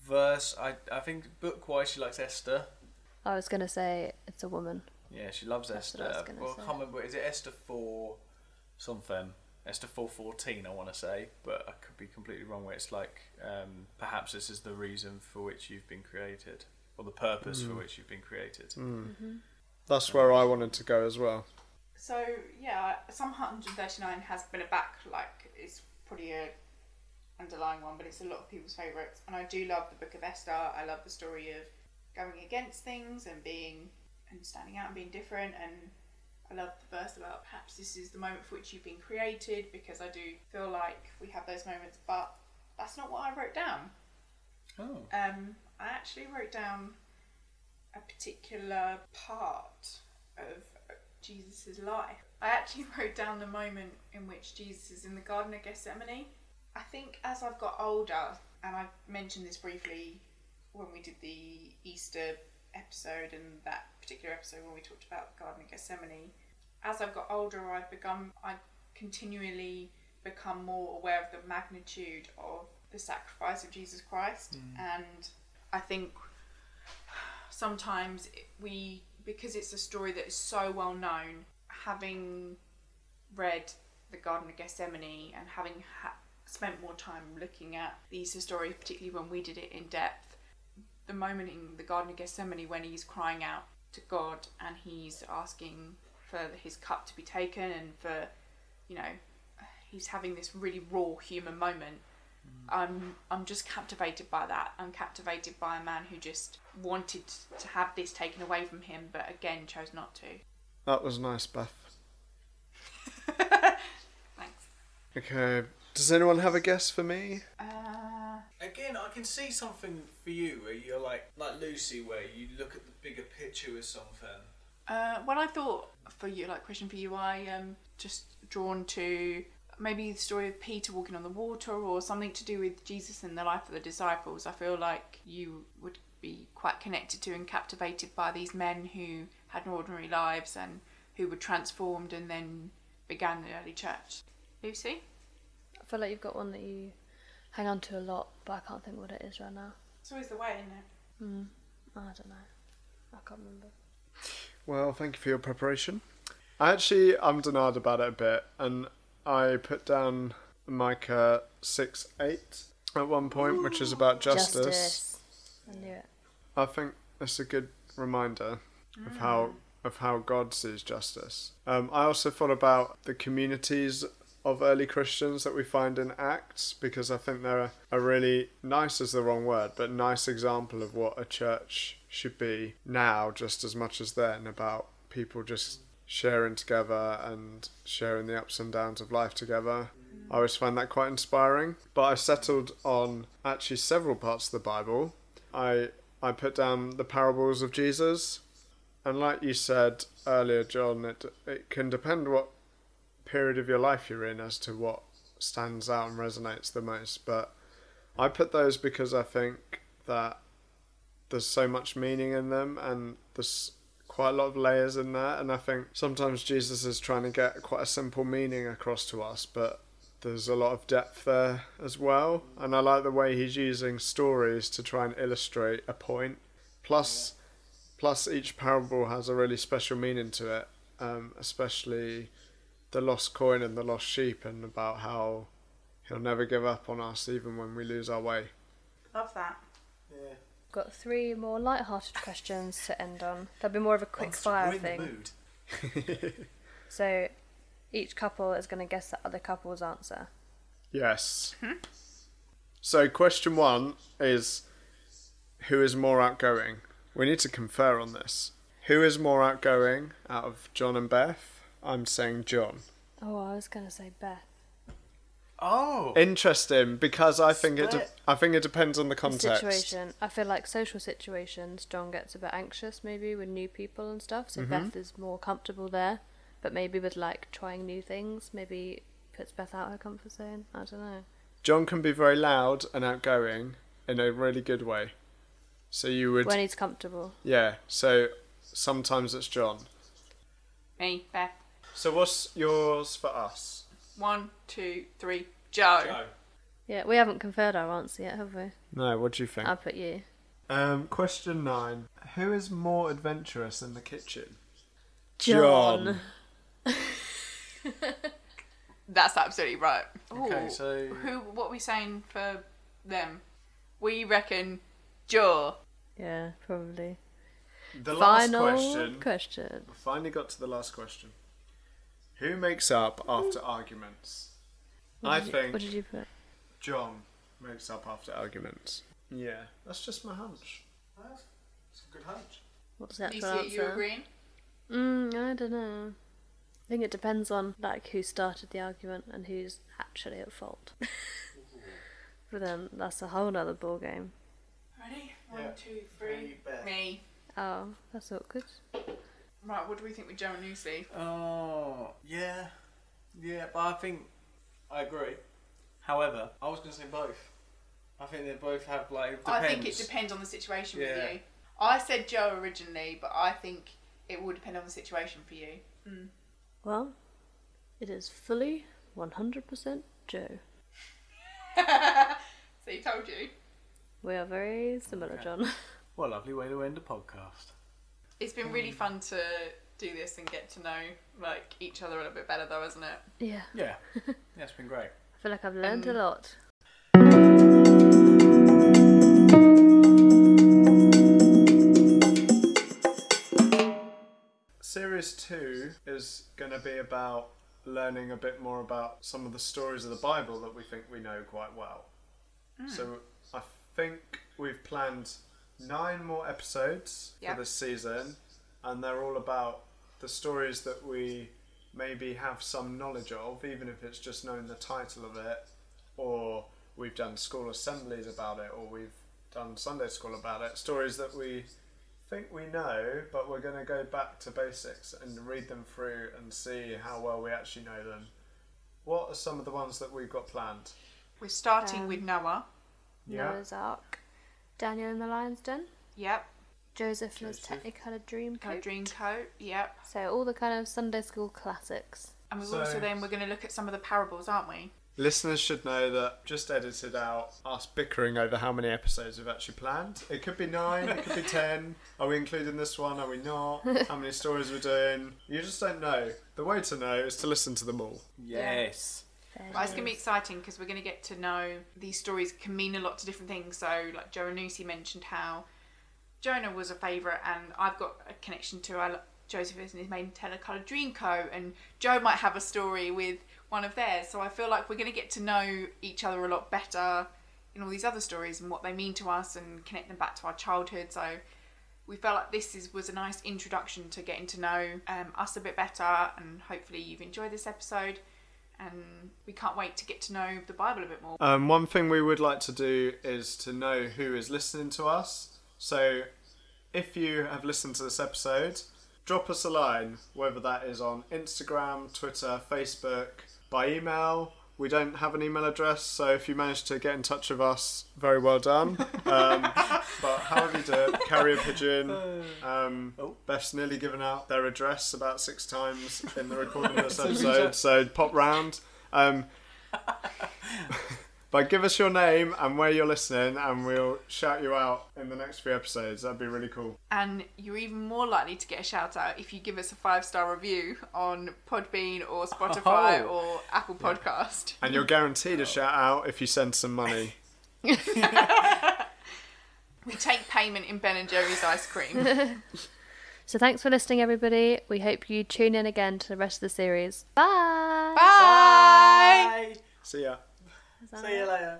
S5: Verse, I, I think book wise, she likes Esther.
S4: I was gonna say it's a woman,
S2: Yeah, she loves
S4: That's what I
S2: Esther.
S4: was gonna
S2: well, I
S4: say.
S2: can't remember. Is it Esther four something? Esther four fourteen, I want to say, but I could be completely wrong. Where it's like, um, perhaps this is the reason for which you've been created, or the purpose for which you've been created.
S3: That's where I wanted to go as well.
S1: So yeah, some 139 has been a back like it's probably a underlying one, but it's a lot of people's favourites. And I do love the Book of Esther. I love the story of going against things and being and standing out and being different. And I love the verse about perhaps this is the moment for which you've been created because I do feel like we have those moments, but that's not what I wrote down.
S2: Oh,
S1: Um, I actually wrote down a particular part of Jesus' life. I actually wrote down the moment in which Jesus is in the Garden of Gethsemane. I think as I've got older, and I mentioned this briefly when we did the Easter episode and that particular episode when we talked about the Garden of Gethsemane, as I've got older, I've become, I continually become more aware of the magnitude of the sacrifice of Jesus Christ. And I think sometimes it- we, because it's a story that is so well known, having read the Garden of Gethsemane and having ha- spent more time looking at these stories, particularly when we did it in depth, the moment in the Garden of Gethsemane when he's crying out to God and he's asking for his cup to be taken and for, you know, he's having this really raw human moment. I'm I'm just captivated by that. I'm captivated by a man who just wanted to have this taken away from him, but again chose not to.
S3: That was nice, Beth.
S1: Thanks.
S3: Okay. Does anyone have a guess for me?
S1: Uh,
S2: again, I can see something for you where you're like, like Lucy, where you look at the bigger picture with something.
S1: Uh, when I thought for you, like question for you, I um just drawn to maybe the story of Peter walking on the water or something to do with Jesus and the life of the disciples. I feel like you would be quite connected to and captivated by these men who had ordinary lives and who were transformed and then began the early church. Lucy,
S4: I feel like you've got one that you hang on to a lot, but I can't think what it is right now.
S1: it's always the way, isn't it?
S4: I don't know. I can't remember.
S3: Well, thank you for your preparation. I actually I'm denied about it a bit, and I put down Micah six eight at one point, which is about justice.
S4: I knew it.
S3: I think that's a good reminder of how of how God sees justice. Um, I also thought about the communities of early Christians that we find in Acts because I think they're a, a really nice is the wrong word, but nice example of what a church should be now, just as much as then, about people just sharing together and sharing the ups and downs of life together. I always find that quite inspiring. But I settled on actually several parts of the Bible. I I put down the parables of Jesus, and like you said earlier, John, it it can depend what period of your life you're in as to what stands out and resonates the most. But I put those because I think that there's so much meaning in them, and there's quite a lot of layers in there. And I think sometimes Jesus is trying to get quite a simple meaning across to us, but there's a lot of depth there as well. And I like the way he's using stories to try and illustrate a point. Plus, plus each parable has a really special meaning to it, um, especially the lost coin and the lost sheep, and about how he'll never give up on us even when we lose our way.
S1: Love that.
S2: Yeah,
S4: Got three more light-hearted questions to end on. That'll be more of a quick fire thing.
S2: mood.
S4: So each couple is going to guess the other couple's answer.
S3: Yes. So, question one is who is more outgoing? We need to confer on this. Who is more outgoing out of John and Beth? I'm saying John.
S4: Oh, I was going to say Beth.
S2: Oh,
S3: Interesting, because I think it. De-
S2: Split.
S3: I think it depends on the
S4: The
S3: context.
S4: Situation. I feel like social situations, John gets a bit anxious maybe with new people and stuff.
S3: Mm-hmm.
S4: So Beth is more comfortable there, but maybe with like trying new things, maybe puts Beth out of her comfort zone. I don't know.
S3: John can be very loud and outgoing in a really good way. So you would,
S4: When he's comfortable.
S3: yeah. So sometimes it's John.
S1: Me, Beth.
S3: So what's yours for us?
S1: One, two, three. Joe.
S2: Joe.
S4: Yeah, we haven't conferred our answer yet, have we?
S3: No, what do you think?
S4: I put you.
S3: Um, question nine: Who is more adventurous in the kitchen?
S4: John.
S3: John.
S1: That's absolutely right. Ooh.
S5: Okay, so-
S1: who? What are we saying for them? We reckon Jaw.
S4: Yeah, probably.
S3: The
S4: Final
S3: last question.
S4: question.
S3: We finally got to the last question. Who makes up after arguments? I
S4: Did you-
S3: think
S4: What did you put?
S3: John makes up after arguments. Yeah, that's just my hunch. It's a good hunch.
S4: What's the actual
S1: Lucy, are you
S4: answer?
S1: agreeing?
S4: Mm, I don't know. I think it depends on like who started the argument and who's actually at fault. but then that's a whole nother ball game.
S1: Ready?
S2: Yeah.
S1: One, two, three.
S2: Ready, Beth.
S1: Me.
S4: Oh, that's awkward.
S1: Right. What do we think with Joe and Lucy?
S2: Oh, yeah. Yeah, but I think I agree. However, I was going to say both. I think they both have, like, depends.
S1: I think it depends on the situation
S2: Yeah.
S1: with you. I said Joe originally, but I think it will depend on the situation for you.
S4: Well, it is fully 100% Joe.
S1: So he told you.
S4: We are very similar, John.
S5: What a lovely way to end a podcast.
S1: It's been really
S2: Hmm.
S1: fun to do this and get to know like each other a little bit better, though, isn't it?
S4: yeah.
S5: Yeah. yeah, it's been great.
S4: I feel like I've learned a lot.
S3: Series 2 is going to be about learning a bit more about some of the stories of the Bible that we think we know quite well. So I think we've planned nine more episodes
S1: Yeah.
S3: for this season, and they're all about the stories that we maybe have some knowledge of, even if it's just knowing the title of it, or we've done school assemblies about it, or we've done Sunday school about it. Stories that we think we know, but we're going to go back to basics and read them through and see how well we actually know them. What are some of the ones that we've got planned?
S1: We're starting
S4: Um,
S1: with Noah.
S4: Noah's Ark, Daniel in the Lion's Den,
S1: Yep.
S4: Joseph and his
S3: Joseph.
S4: Technicolor Dream
S1: Our
S4: Coat.
S1: dream coat. Yep.
S4: So all the kind of Sunday school classics.
S1: And we've
S3: So-
S1: also then we're going to look at some of the parables, aren't we?
S3: Listeners should know that just edited out us bickering over how many episodes we've actually planned. It could be nine, it could be ten. Are we including this one? Are we not? How many stories we're doing? You just don't know. The way to know is to listen to them all.
S5: Yes.
S4: Fair
S1: But it's going to be
S4: dues.
S1: exciting because we're going to get to know these stories can mean a lot to different things. So, like Joe and Lucy mentioned how Jonah was a favourite, and I've got a connection to our, Joseph and his main Telecolor Dream Co. And Joe might have a story with one of theirs. So, I feel like we're going to get to know each other a lot better in all these other stories and what they mean to us and connect them back to our childhood. So, we felt like this is, was a nice introduction to getting to know um, us a bit better, and hopefully, you've enjoyed this episode and we can't wait to get to know the Bible a bit more.
S3: Um, one thing we would like to do is to know who is listening to us. So if you have listened to this episode, drop us a line, whether that is on Instagram, Twitter, Facebook, by email. We don't have an email address, so if you manage to get in touch with us, very well done. Um, but however you do it, carrier pigeon. Um, Beth's nearly given out their address about six times in the recording of this episode, so pop round. Um, but give us your name and where you're listening, and we'll shout you out in the next few episodes. That'd be really cool.
S1: And you're even more likely to get a shout out if you give us a five star review on Podbean or Spotify
S5: Oh.
S1: or Apple Podcast.
S3: And you're guaranteed a shout out if you send some money.
S1: We take payment in Ben and Jerry's ice cream.
S4: So thanks for listening, everybody. We hope you tune in again to the rest of the series. Bye.
S1: Bye.
S2: Bye.
S3: See ya.
S2: See you later.